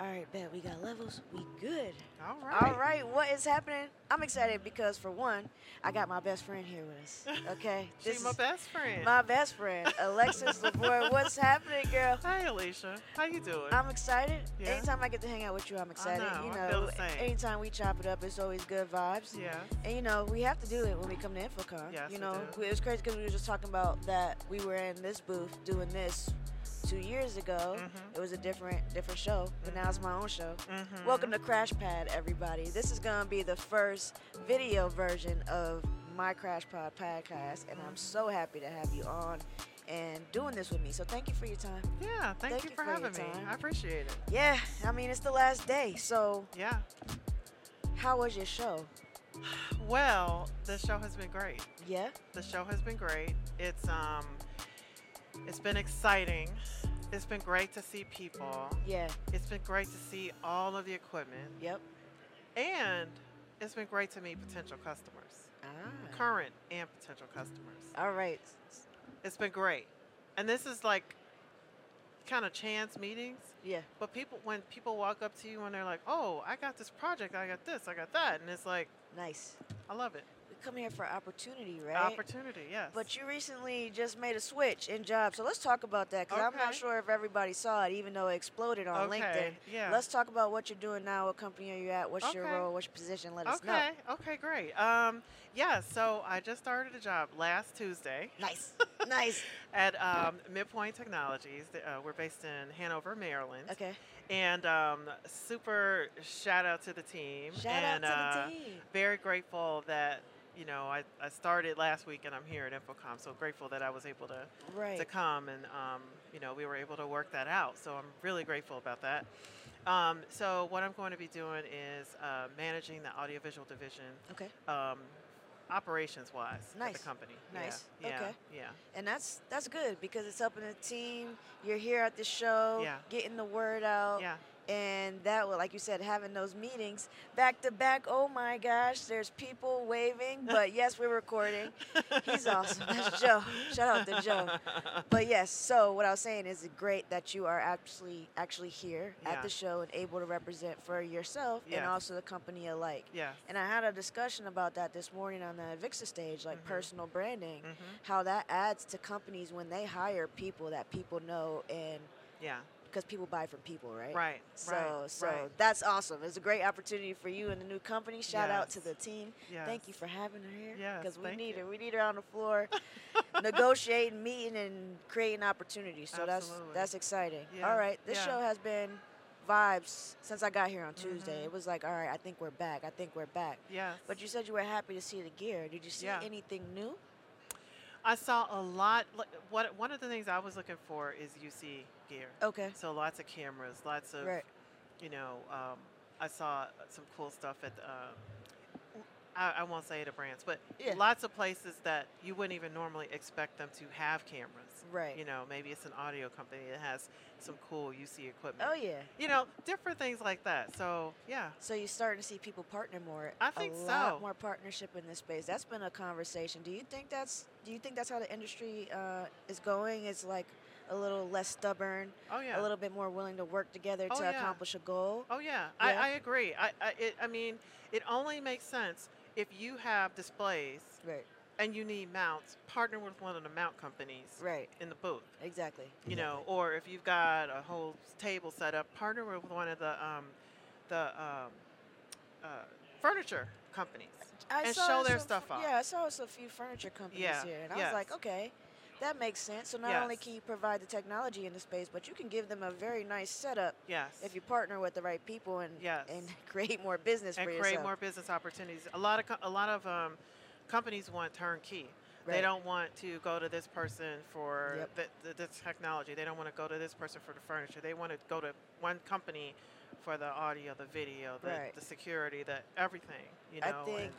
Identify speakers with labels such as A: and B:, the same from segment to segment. A: All right, bet we got levels. We good.
B: All right.
A: All right, what is happening? I'm excited because for one, I got my best friend here with us. Okay,
B: She's my
A: is
B: best friend.
A: my best friend, Alexis LeBoy. What's happening, girl?
B: Hi, Alicia. How you doing?
A: I'm excited.
B: Yeah.
A: Anytime I get to hang out with you, I'm excited.
B: know,
A: You know,
B: I feel the same.
A: anytime we chop it up, it's always good vibes.
B: yeah.
A: And you know, we have to do it when we come to Infocon.
B: Yes,
A: you
B: we
A: know,
B: do.
A: we- it was crazy because we were just talking about that we were in this booth doing this two years ago.
B: Mhm.
A: It was a different different show, but now it's my own show.
B: Mhm.
A: Welcome to Crash Pad, everybody. This is gonna be the first video version of my Crash Pod podcast, and I'm so happy to have you on and doing this with me. So thank you for your time.
B: Yeah. Thank,
A: Thank
B: you
A: you for
B: for
A: your
B: having me.
A: time.
B: I appreciate it.
A: Yeah, I mean it's the last day. So
B: Yeah.
A: how was your show?
B: Well, the show has been great.
A: Yeah,
B: The show has been great. It's um, it's been exciting. It's been great to see people.
A: yeah,
B: It's been great to see all of the equipment,
A: yep.
B: and it's been great to meet potential customers,
A: Ah.
B: current and potential customers.
A: All right.
B: It's been great. And this is like kind of chance meetings.
A: Yeah.
B: But people, when people walk up to you and they're like, "Oh, I got this project, I got this, I got that," and it's like,
A: Nice.
B: I love it.
A: We come here for opportunity, right?
B: Opportunity, yes.
A: but you recently just made a switch in job, so let's talk about that because I'm not
B: Okay.
A: sure if everybody saw it, even though it exploded on
B: okay,
A: LinkedIn.
B: Yeah.
A: Let's talk about what you're doing now. What company are you at? What's your
B: Okay.
A: role? What's your position? Let us know.
B: okay. Okay. Great. Um, yeah. So I just started a job last Tuesday
A: Nice, nice.
B: at um, Midpoint Technologies. Th- Uh, we're based in Hanover, Maryland.
A: Okay.
B: And um, super shout out to the team.
A: Shout
B: and,
A: out to
B: uh,
A: the team.
B: very grateful that you know I, I started last week and I'm here at Infocom. So grateful that I was able to to
A: Right.
B: come and um, you know we were able to work that out. So I'm really grateful about that. Um, so what I'm going to be doing is uh, managing the audiovisual division
A: Okay.
B: um, operations wise
A: Nice.
B: the company.
A: Nice.
B: Yeah.
A: Okay.
B: Yeah.
A: And that's that's good because it's helping the team. You're here at the show,
B: Yeah.
A: getting the word out.
B: Yeah. yeah.
A: And that will, like you said, having those meetings back to back. Oh my gosh, there's people waving, but yes, we're recording. He's awesome. That's Joe. Shout out to Joe. But yes, so what I was saying is it's great that you are actually actually here
B: Yeah.
A: at the show and able to represent for yourself and
B: Yes.
A: also the company alike.
B: yeah.
A: And I had a discussion about that this morning on the Avixa stage, like
B: Mhm.
A: personal branding,
B: hmm
A: how that adds to companies when they hire people that people know and
B: Yeah.
A: because people buy from people, right?
B: Right.
A: So,
B: right.
A: so
B: Right.
A: that's awesome. It's a great opportunity for you and the new company. Shout out to
B: Yes.
A: the team.
B: Yes.
A: Thank you for having her here
B: Yes,
A: because we
B: thank
A: need
B: you.
A: her. We need her on the floor, negotiating, meeting, and creating opportunities. So
B: Absolutely.
A: that's that's exciting.
B: Yeah,
A: All right, this
B: yeah.
A: show has been vibes since I got here on Tuesday.
B: Mhm.
A: It was like, all right, I think we're back. I think we're back.
B: Yes.
A: But you said you were happy to see the gear. Did you see
B: Yeah.
A: anything new?
B: I saw a lot. li- What one of the things I was looking for is UC gear.
A: Okay.
B: So lots of cameras, lots of
A: Right.
B: you know. Um, I saw some cool stuff at. Um, I, I won't say the brands, but
A: Yeah.
B: lots of places that you wouldn't even normally expect them to have cameras.
A: Right.
B: You know, maybe it's an audio company that has some cool UC equipment.
A: Oh yeah.
B: You know, different things like that. So yeah,
A: So you're starting to see people partner more.
B: I think
A: a lot
B: so.
A: more partnership in this space. That's been a conversation. Do you think that's Do you think that's how the industry uh, is going? It's like a little less stubborn,
B: oh yeah.
A: a little bit more willing to work together
B: Oh,
A: to
B: yeah.
A: accomplish a goal.
B: Oh yeah,
A: Yeah.
B: I, I agree. I I, it, I mean, it only makes sense if you have displays
A: Right.
B: and you need mounts. Partner with one of the mount companies
A: Right.
B: in the booth,
A: Exactly.
B: you know, or if you've got a whole table set up, partner with one of the um, the um, uh, furniture companies.
A: I
B: and
A: saw
B: show their
A: some-
B: stuff off.
A: Yeah, I saw some few furniture companies
B: Yeah,
A: here, and I
B: yes.
A: was like, okay, that makes sense. So not only
B: Yes.
A: can you provide the technology in the space, but you can give them a very nice setup
B: Yes.
A: if you partner with the right people and
B: Yes.
A: and create more business
B: and
A: for
B: create
A: yourself.
B: more business opportunities. A lot of co- a lot of um, companies want turnkey. They
A: Right.
B: don't want to go to this person for
A: Yep.
B: the, the, this technology. They don't want to go to this person for the furniture. They want to go to one company for the audio, the video, the,
A: Right.
B: the security, the everything. You know,
A: I think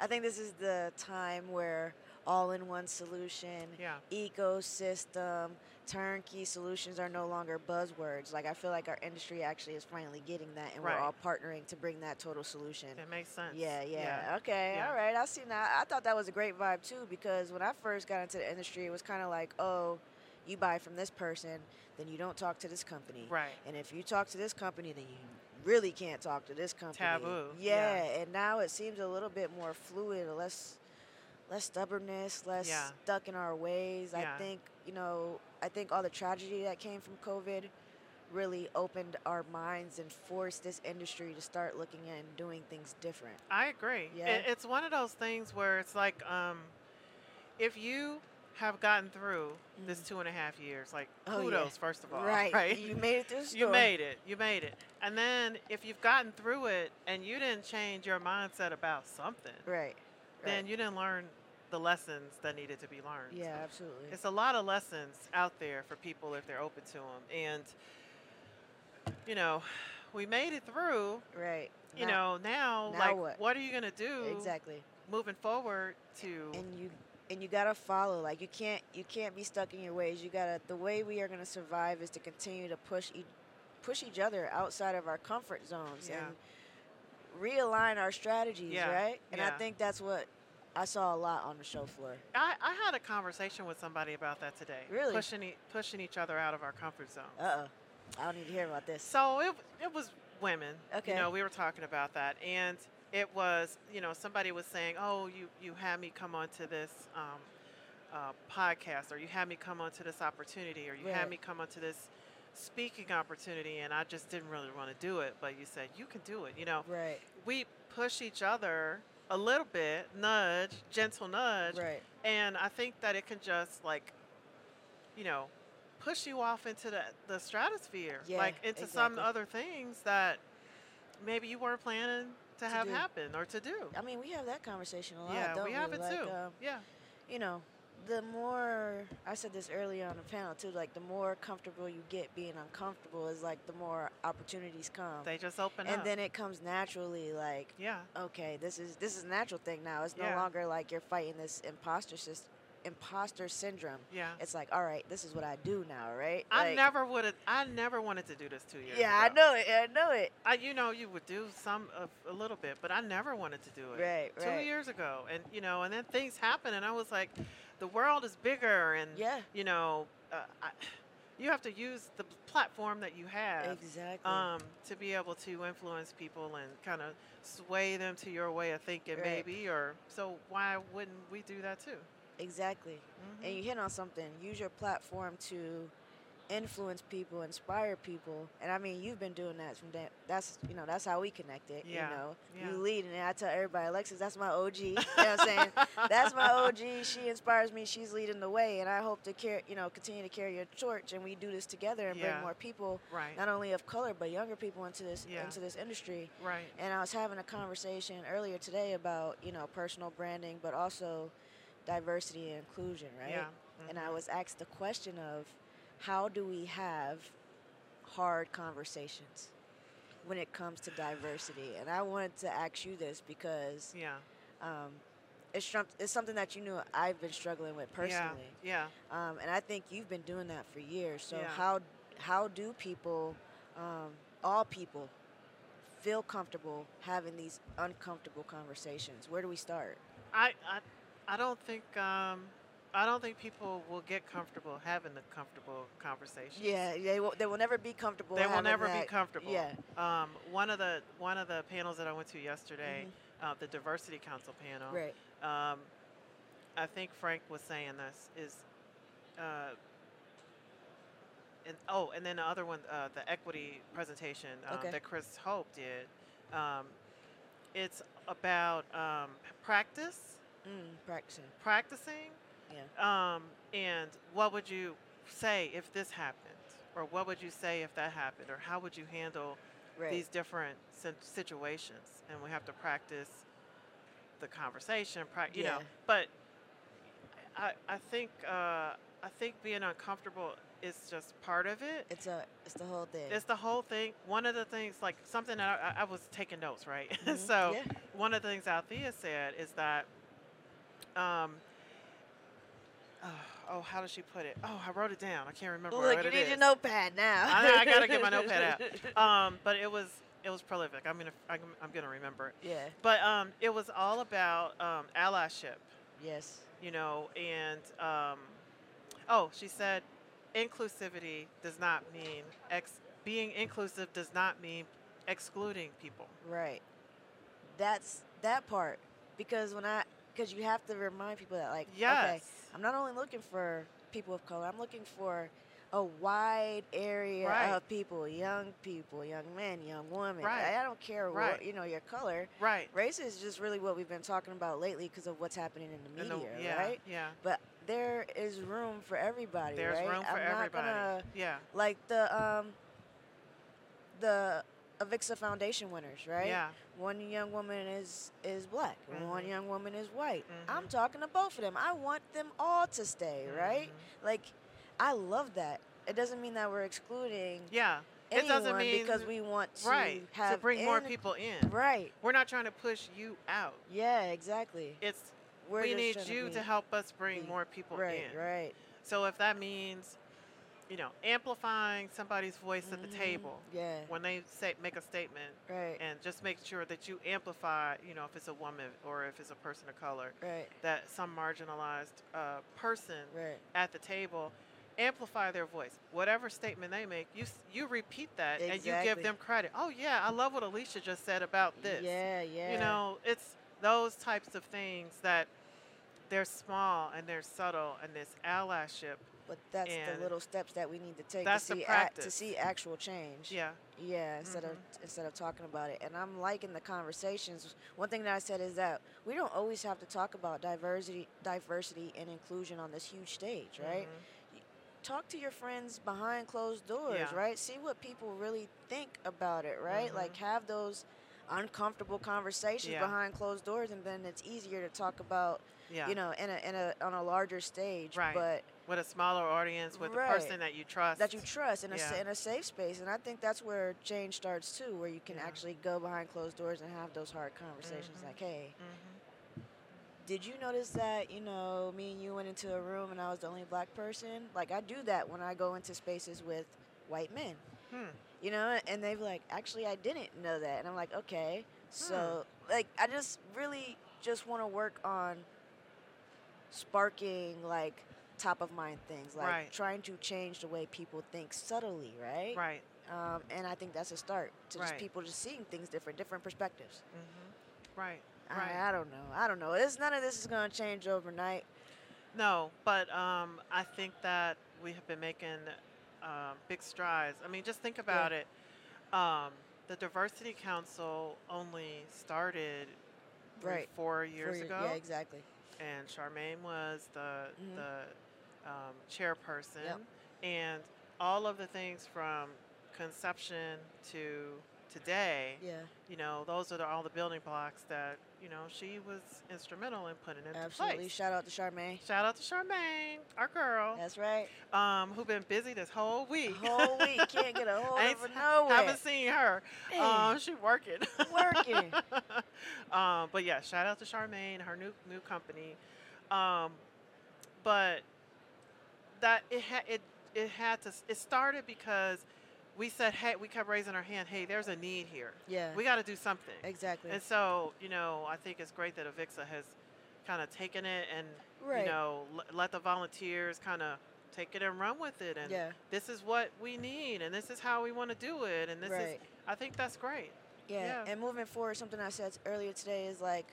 A: I think this is the time where all-in-one solution,
B: and- yeah,
A: ecosystem, turnkey solutions are no longer buzzwords. Like I feel like our industry actually is finally getting that, and
B: Right.
A: we're all partnering to bring that total solution.
B: it makes sense.
A: Yeah, yeah. Okay,
B: yeah.
A: all right. I see now. I thought that was a great vibe too because when I first got into the industry, it was kind of like, oh, you buy from this person, then you don't talk to this company.
B: Right.
A: And if you talk to this company, then you really can't talk to this company.
B: Taboo,
A: Yeah.
B: yeah.
A: And now it seems a little bit more fluid, less less stubbornness, less
B: Yeah.
A: stuck in our ways.
B: Yeah.
A: I think, you know, I think all the tragedy that came from COVID really opened our minds and forced this industry to start looking at and doing things different.
B: I agree.
A: Yeah.
B: It, it's one of those things where it's like, um, if you have gotten through this two and a half years, like
A: Mm. Oh, yeah.
B: kudos first of all,
A: right.
B: Right.
A: You made it through the storm.
B: You made it. You made it. And then if you've gotten through it and you didn't change your mindset about something,
A: Right.
B: then
A: right.
B: you didn't learn the lessons that needed to be learned.
A: Yeah, absolutely.
B: It's a lot of lessons out there for people if they're open to them. And, you know, we made it through.
A: right.
B: You
A: Now-
B: know, now,
A: now
B: like,
A: what?
B: are you going to do
A: Exactly.
B: moving forward to.
A: And you and you gotta follow. Like you can't you can't be stuck in your ways. You gotta the way we are gonna survive is to continue to push each push each other outside of our comfort zones
B: Yeah.
A: and realign our strategies,
B: Yeah,
A: right? And I
B: yeah.
A: think that's what I saw a lot on the show floor.
B: I, I had a conversation with somebody about that today.
A: Really?
B: Pushing, e- pushing each other out of our comfort zone.
A: Uh oh. I don't need to hear about this.
B: So it, it was women.
A: Okay.
B: You know, we were talking about that. And it was, you know, somebody was saying, oh, you, you had me come onto this um, uh, podcast, or you had me come onto this opportunity, or you had
A: Right.
B: me come onto this speaking opportunity, and I just didn't really want to do it. But you said, you can do it. You know,
A: Right,
B: we push each other a little bit, nudge, gentle nudge.
A: right.
B: And I think that it can just like, you know, push you off into the, the stratosphere,
A: Yeah,
B: like into some
A: exactly.
B: other things that maybe you weren't planning to, have
A: do.
B: happen or to do.
A: I mean, we have that conversation a lot,
B: yeah,
A: don't
B: we have it
A: Like,
B: too.
A: um,
B: yeah,
A: you know, the more I said this earlier on the panel too, like the more comfortable you get being uncomfortable is like the more opportunities come.
B: they just open
A: and
B: up.
A: then it comes naturally like
B: yeah,
A: okay, this is this is a natural thing now. It's no
B: Yeah.
A: longer like you're fighting this imposter sys- imposter syndrome.
B: yeah.
A: It's like, all right, this is what I do now, right?
B: I
A: Like-
B: never would have. I never wanted to do this two years.
A: Yeah, I
B: ago.
A: know it. I know it.
B: I, you know, you would do some of, a little bit, but I never wanted to do it.
A: Right,
B: Two
A: right.
B: years ago, and you know, and then things happen, and I was like, the world is bigger, and
A: Yeah.
B: you know, uh, I, you have to use the platform that you have
A: Exactly.
B: um, to be able to influence people and kind of sway them to your way of thinking,
A: Right.
B: maybe. Or so why wouldn't we do that too?
A: exactly.
B: Mhm.
A: and you hit on something. Use your platform to influence people, inspire people, and I mean, you've been doing that from that. That's you know, that's how we connected.
B: Yeah,
A: You know,
B: yeah.
A: you lead, and I tell everybody, Alexis, that's my OG. you know
B: Mm-hmm.
A: what I'm saying? That's my OG. She inspires me. She's leading the way, and I hope to carry, you know, continue to carry your torch, and we do this together and
B: Yeah.
A: bring more people,
B: Right.
A: not only of color but younger people into this
B: Yeah.
A: into this industry
B: Right.
A: and I was having a conversation earlier today about you know personal branding, but also diversity and inclusion, right?
B: Yeah. mm-hmm.
A: And I was asked the question of how do we have hard conversations when it comes to diversity? And I wanted to ask you this because
B: Yeah.
A: um, it's, strum- it's something that you knew I've been struggling with personally,
B: Yeah.
A: um, and I think you've been doing that for years. So
B: Yeah.
A: how how do people, um, all people, feel comfortable having these uncomfortable conversations? Where do we start?
B: I, I, I don't think um, I don't think people will get comfortable having the comfortable conversation.
A: Yeah, they will, they will never be comfortable.
B: they will
A: having
B: never be
A: that-
B: comfortable.
A: Yeah,
B: Um, one of the one of the panels that I went to yesterday, uh, the diversity council panel.
A: Mm-hmm. right.
B: Um, I think Frank was saying this is, uh, and oh, and then the other one, uh, the equity presentation um,
A: Okay.
B: that Chris Hope did. Um, it's about um, practice
A: Mm, practicing.
B: practicing
A: Yeah.
B: um, and what would you say if this happened or what would you say if that happened or how would you handle
A: Right.
B: these different sin- situations and we have to practice the conversation prac you know
A: Yeah.
B: but i, I think uh, i think being uncomfortable is just part of it
A: it's a it's the whole thing.
B: it's the whole thing. One of the things, like something that I, I- I was taking notes, right?
A: Mhm.
B: so,
A: Yeah.
B: one of the things Althea said is that, um, oh, oh, how does she put it? Oh, I wrote it down. I can't remember.
A: Look,
B: what
A: you
B: it
A: need
B: is.
A: your notepad now.
B: I, know, I gotta get my notepad out. Um, but it was it was prolific. I'm gonna I'm, I'm gonna remember it.
A: Yeah.
B: But um, it was all about um, allyship,
A: Yes.
B: you know, and um, oh, she said inclusivity does not mean ex- being inclusive does not mean excluding people.
A: Right. That's that part because when I because you have to remind people that like okay,
B: Yes.
A: I'm not only looking for people of color, I'm looking for a wide area
B: Right.
A: of people, young people, young men, young women.
B: Right.
A: I, I don't care
B: Right.
A: what you know your color.
B: Right.
A: Race is just really what we've been talking about lately because of what's happening in the
B: And
A: media,
B: the- yeah,
A: right?
B: Yeah.
A: But there is room for everybody,
B: There's
A: right?
B: room for
A: I'm not
B: everybody.
A: gonna
B: yeah.
A: like the um the Avixa Foundation winners, right?
B: Yeah.
A: One young woman is is black, and one
B: Mhm.
A: young woman is white. I'm
B: Mhm.
A: talking to both of them. I want them all to stay, right?
B: Mm-hmm.
A: Like I love that. It doesn't mean that we're excluding
B: Yeah. It
A: anyone
B: doesn't mean-
A: because we want to
B: right.
A: have
B: to bring more
A: in-
B: people in.
A: Right.
B: We're not trying to push you out.
A: Yeah, exactly.
B: It's
A: We're
B: we
A: just
B: need
A: trying
B: you to,
A: be-
B: help us bring
A: be-
B: more people
A: Right,
B: in.
A: right.
B: So if that means, you know, amplifying somebody's voice at the
A: Mhm.
B: table
A: Yeah.
B: when they say make a statement
A: Right.
B: and just make sure that you amplify, you know, if it's a woman or if it's a person of color,
A: Right.
B: that some marginalized uh, person
A: Right.
B: at the table amplify their voice. Whatever statement they make, you s- you repeat that and you
A: Exactly.
B: give them credit. Oh yeah, I love what Alicia just said about this.
A: Yeah, yeah.
B: You know, it's those types of things that they're small and they're subtle and this allyship.
A: But that's
B: And
A: the little steps that we need to take to
B: that's the
A: see act, to
B: practice.
A: see actual change.
B: Yeah.
A: Yeah, instead of
B: Mm-hmm.
A: instead of talking about it. And I'm liking the conversations. One thing that I said is that we don't always have to talk about diversity diversity and inclusion on this huge stage, right?
B: Mhm.
A: Talk to your friends behind closed doors,
B: Yeah.
A: right? See what people really think about it, right?
B: Mhm.
A: Like have those uncomfortable conversations
B: Yeah.
A: behind closed doors and then it's easier to talk about,
B: Yeah.
A: you know, in a in a on a larger stage,
B: Right.
A: but
B: with a smaller audience, with
A: Right.
B: a person that you trust.
A: that you trust in a, sa-
B: Yeah.
A: in a safe space. And I think that's where change starts too, where you can
B: Yeah.
A: actually go behind closed doors and have those hard conversations
B: Mhm.
A: like, hey,
B: Mhm.
A: did you notice that, you know, me and you went into a room and I was the only black person? Like, I do that when I go into spaces with white men,
B: Hmm.
A: you know? And they've like, actually, I didn't know that. And I'm like, okay. So,
B: Hmm.
A: like, I just really just want to work on sparking, like, top of mind things like
B: Right.
A: trying to change the way people think subtly right
B: Right.
A: um, and I think that's a start to just
B: Right.
A: people just seeing things different, different perspectives.
B: hmm Right. Right.
A: I, I don't know. I don't know. It's none of this is going to change overnight.
B: No, but um, I think that we have been making um, big strides. I mean, just think about it. Um, the Diversity Council only started three,
A: Right.
B: four
A: for
B: years
A: your-
B: ago,
A: Yeah, exactly.
B: and Charmaine was the
A: Mhm.
B: the um, chairperson, and all of the things from conception to today.
A: Yeah,
B: You know, those are the, all the building blocks that you know she was instrumental in putting into
A: absolutely.
B: place.
A: Shout out to Charmaine.
B: Shout out to Charmaine, our girl,
A: That's right.
B: um, who been busy this whole
A: The
B: week.
A: whole week can't get a hold
B: Ain't-
A: of her nowhere.
B: Haven't seen her. Um, she working.
A: Working.
B: um, but yeah, shout out to Charmaine, her new new company. Um, but that it had it it had to it started because we said hey we kept raising our hand hey there's a need here
A: yeah,
B: we got to do something
A: exactly.
B: and so you know I think it's great that Avixa has kind of taken it and
A: right.
B: you know, l- let the volunteers kind of take it and run with it. And
A: yeah,
B: this is what we need, and this is how we want to do it. And this
A: right.
B: is, I think that's great.
A: Yeah.
B: Yeah.
A: and moving forward, something I said earlier today is like,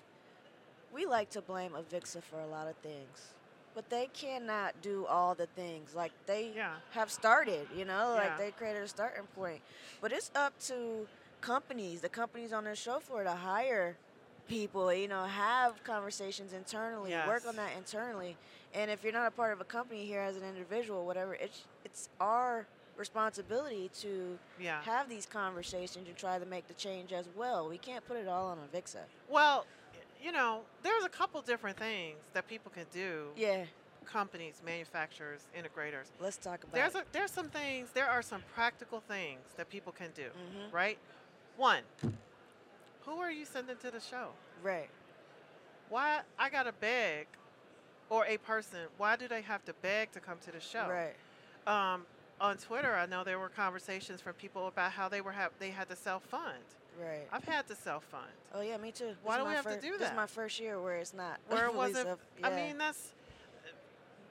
A: we like to blame Avixa for a lot of things, but they cannot do all the things. Like they
B: Yeah.
A: have started, you know, like
B: Yeah.
A: they created a starting point. But it's up to companies, the companies on the show floor, to hire people. You know, have conversations internally, work
B: Yes.
A: on that internally. And if you're not a part of a company here as an individual, whatever, it's it's our responsibility to
B: Yeah.
A: have these conversations and try to make the change as well. We can't put it all on Avixa.
B: Well, you know, there's a couple different things that people can do.
A: Yeah,
B: Companies, manufacturers, integrators.
A: let's talk about
B: There's
A: it.
B: a, there's some things. There are some practical things that people can do.
A: Mhm.
B: Right. One. Who are you sending to the show?
A: right,
B: Why I gotta beg, or a person? Why do they have to beg to come to the show?
A: right,
B: um, on Twitter, I know there were conversations from people about how they were ha- they had to self fund.
A: right.
B: I've had to self fund.
A: oh yeah, me too.
B: Why
A: This is
B: do
A: my
B: we have to
A: fir-
B: do
A: This is
B: that?
A: my first year where it's not.
B: Where it
A: really
B: wasn't.
A: self-
B: I
A: yeah.
B: mean, that's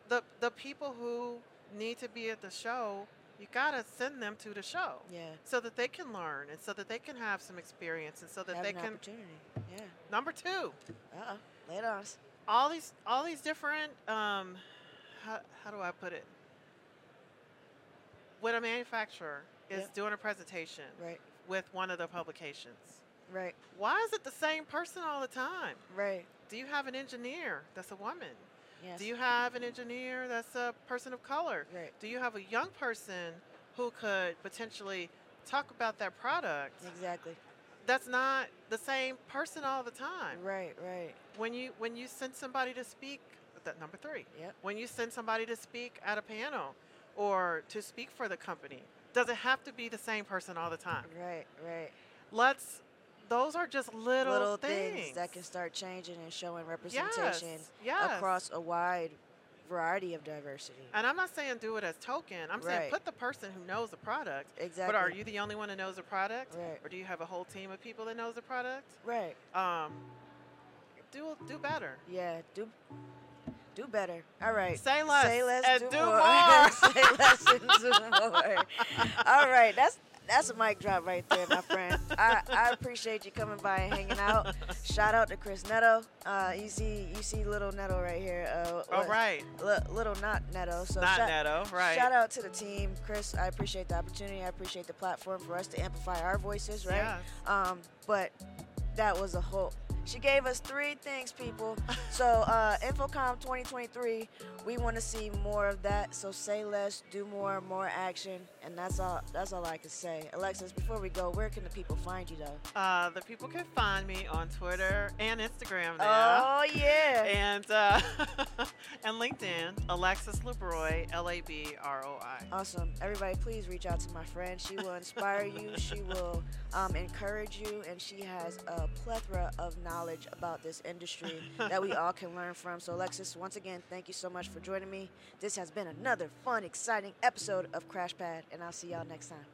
B: the the people who need to be at the show, you gotta send them to the show
A: Yeah.
B: so that they can learn and so that they can have some experience and so that
A: Have
B: they
A: an
B: can.
A: opportunity. Yeah.
B: Number two,
A: Uh oh. Lay it on us.
B: all these all these different um, how, how do I put it? When a manufacturer is
A: Yep.
B: doing a presentation
A: Right.
B: with one of their publications,
A: Right.
B: why is it the same person all the time?
A: Right.
B: Do you have an engineer that's a woman?
A: Yes.
B: Do you have an engineer that's a person of color?
A: Right.
B: Do you have a young person who could potentially talk about that product?
A: Exactly.
B: That's not the same person all the time.
A: Right. Right.
B: When you when you send somebody to speak, that number 3.
A: Yep.
B: When you send somebody to speak at a panel or to speak for the company, does it have to be the same person all the time?
A: Right. Right.
B: Let's those are just little,
A: that can start changing and showing representation
B: Yes, yes.
A: across a wide variety of diversity.
B: And I'm not saying do it as token. I'm
A: Right.
B: saying put the person who knows the product
A: exactly.
B: But are you the only one that knows the product,
A: Right.
B: or do you have a whole team of people that knows the product?
A: Right.
B: Um, do do better.
A: Yeah. Do do better. All right.
B: Say less,
A: Say less.
B: and
A: do,
B: do
A: more.
B: more.
A: Say less and do more. All right. That's that's a mic drop right there, my friend. I, I appreciate you coming by and hanging out. Shout out to Chris Neto. Uh, you see you see little Neto right here. Uh,
B: All
A: what-
B: Oh, right,
A: li- little not Neto. So
B: not
A: shout,
B: Neto, right?
A: Shout out to the team, Chris. I appreciate the opportunity. I appreciate the platform for us to amplify our voices, right?
B: Yes.
A: Um, but that was a whole. She gave us three things, people. So uh, Infocom 2023, we want to see more of that. So say less, do more, more action, and that's all. That's all I can say. Alexis, before we go, where can the people find you though?
B: Uh, the people can find me on Twitter and Instagram now,
A: Oh yeah.
B: and uh, and LinkedIn. Alexis Labroy, L A B R O I.
A: Awesome. Everybody, please reach out to my friend. She will inspire you, she will um, encourage you, and she has a plethora of knowledge about this industry that we all can learn from. So, Alexis, once again, thank you so much for joining me. This has been another fun, exciting episode of Crash Pad, and I'll see y'all next time.